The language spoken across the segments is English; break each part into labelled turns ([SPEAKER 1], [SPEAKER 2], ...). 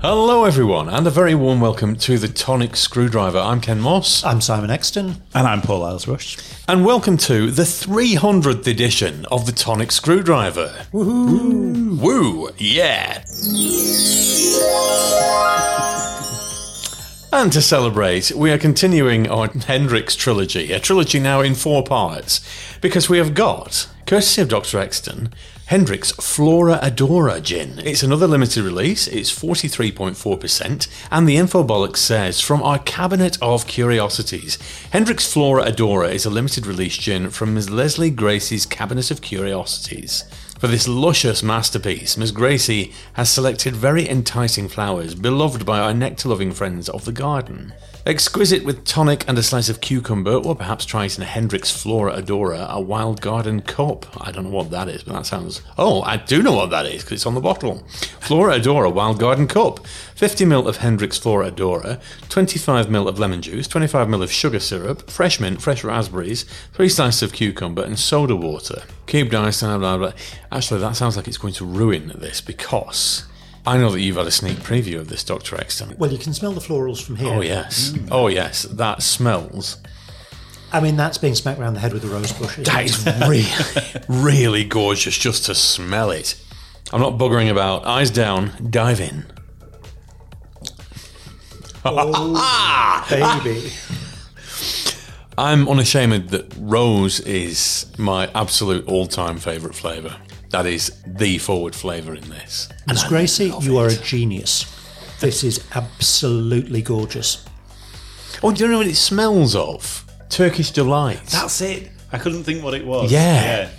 [SPEAKER 1] Hello, everyone, and a very warm welcome to the Tonic Screwdriver. I'm Ken Moss,
[SPEAKER 2] I'm Simon Exton.
[SPEAKER 3] And I'm Paul Aylesrush.
[SPEAKER 1] and welcome to the 300th edition of the Tonic Screwdriver. Woohoo! Woo! Yeah! And to celebrate, we are continuing our Hendrix trilogy, a trilogy now in four parts, because we have got, courtesy of Dr. Exton, Hendrix Flora Adora Gin. It's another limited release, it's 43.4%, and the infobolic says from our cabinet of curiosities. Hendrix Flora Adora is a limited release gin from Ms. Leslie Gracie's Cabinet of Curiosities. For this luscious masterpiece, Miss Gracie has selected very enticing flowers, beloved by our nectar loving friends of the garden. Exquisite with tonic and a slice of cucumber, or perhaps try some Hendrix Flora Adora, a wild garden cup. I don't know what that is, but that sounds. Oh, I do know what that is, because it's on the bottle. Flora Adora Wild Garden Cup. 50ml of Hendrix Flora Adora, 25ml of lemon juice, 25ml of sugar syrup, fresh mint, fresh raspberries, three slices of cucumber, and soda water. Cubed ice, blah, blah, blah. Actually, that sounds like it's going to ruin this because I know that you've had a sneak preview of this, Dr. Exton.
[SPEAKER 2] Well, you can smell the florals from here.
[SPEAKER 1] Oh, yes. Oh, yes. That smells.
[SPEAKER 2] I mean, that's being smacked round the head with a rose bush. isn't
[SPEAKER 1] That
[SPEAKER 2] it?
[SPEAKER 1] is really, really gorgeous just to smell it. I'm not buggering about. Eyes down, dive in. Ah!
[SPEAKER 2] baby.
[SPEAKER 1] I'm unashamed that rose is my absolute all time favourite flavour. That is the forward flavour in this.
[SPEAKER 2] Miss Gracie, you are a genius. This is absolutely gorgeous.
[SPEAKER 1] Oh, do you know what it smells of? Turkish delight.
[SPEAKER 3] That's it. I couldn't think what it was.
[SPEAKER 1] Yeah.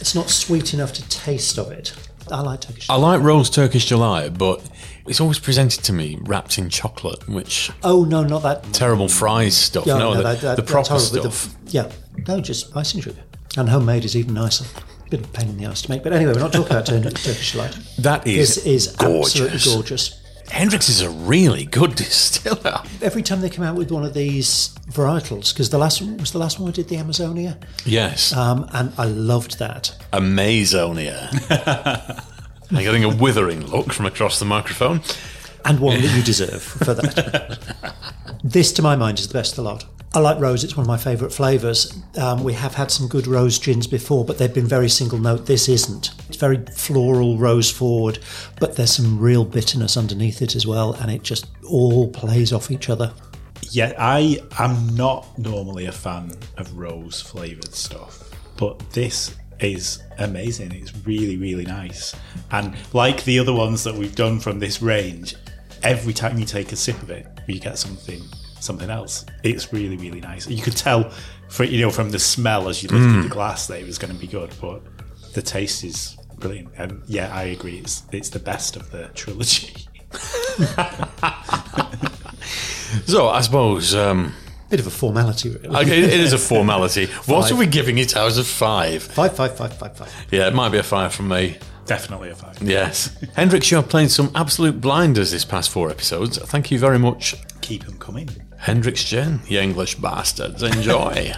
[SPEAKER 2] It's not sweet enough to taste of it. I like Turkish.
[SPEAKER 1] I like rose Turkish delight, but it's always presented to me wrapped in chocolate, which
[SPEAKER 2] oh no, not that.
[SPEAKER 1] terrible fries stuff.
[SPEAKER 2] Yeah,
[SPEAKER 1] no, the,
[SPEAKER 2] that- that-
[SPEAKER 1] the
[SPEAKER 2] that's
[SPEAKER 1] proper
[SPEAKER 2] horrible, the-
[SPEAKER 1] stuff.
[SPEAKER 2] yeah, no, just icing sugar, and homemade is even nicer. Bit of a pain in the ass to make, but anyway, we're not talking about Tur- Turkish delight.
[SPEAKER 1] that is,
[SPEAKER 2] This is absolutely
[SPEAKER 1] gorgeous.
[SPEAKER 2] gorgeous.
[SPEAKER 1] Hendrix is a really good distiller.
[SPEAKER 2] Every time they come out with one of these varietals, because the last one was the last one we did the Amazonia,
[SPEAKER 1] Yes.
[SPEAKER 2] um, and I loved that.
[SPEAKER 1] Amazonia. I'm getting a withering look from across the microphone.
[SPEAKER 2] and one that you deserve for that. this, to my mind, is the best of the lot. I like rose; it's one of my favourite flavours. Um, we have had some good rose gins before, but they've been very single note. This isn't. It's very floral, rose forward, but there's some real bitterness underneath it as well, and it just all plays off each other.
[SPEAKER 3] Yeah, I am not normally a fan of rose flavoured stuff, but this is amazing. It's really, really nice. And like the other ones that we've done from this range, every time you take a sip of it, you get something something else. It's really, really nice. You could tell for you know from the smell as you lifted the glass that it was gonna be good, but the taste is brilliant. And yeah, I agree, it's it's the best of the trilogy.
[SPEAKER 1] So I suppose um,
[SPEAKER 2] Bit of a formality, really.
[SPEAKER 1] okay, it is a formality. What are we giving it out of five?
[SPEAKER 2] Five, five, five, five, five.
[SPEAKER 1] Yeah, it might be a five from me.
[SPEAKER 3] Definitely a five.
[SPEAKER 1] Yes, Hendrix, you have played some absolute blinders this past four episodes. Thank you very much,
[SPEAKER 3] Keep them coming.
[SPEAKER 1] Hendrix Jen, you English bastards. Enjoy.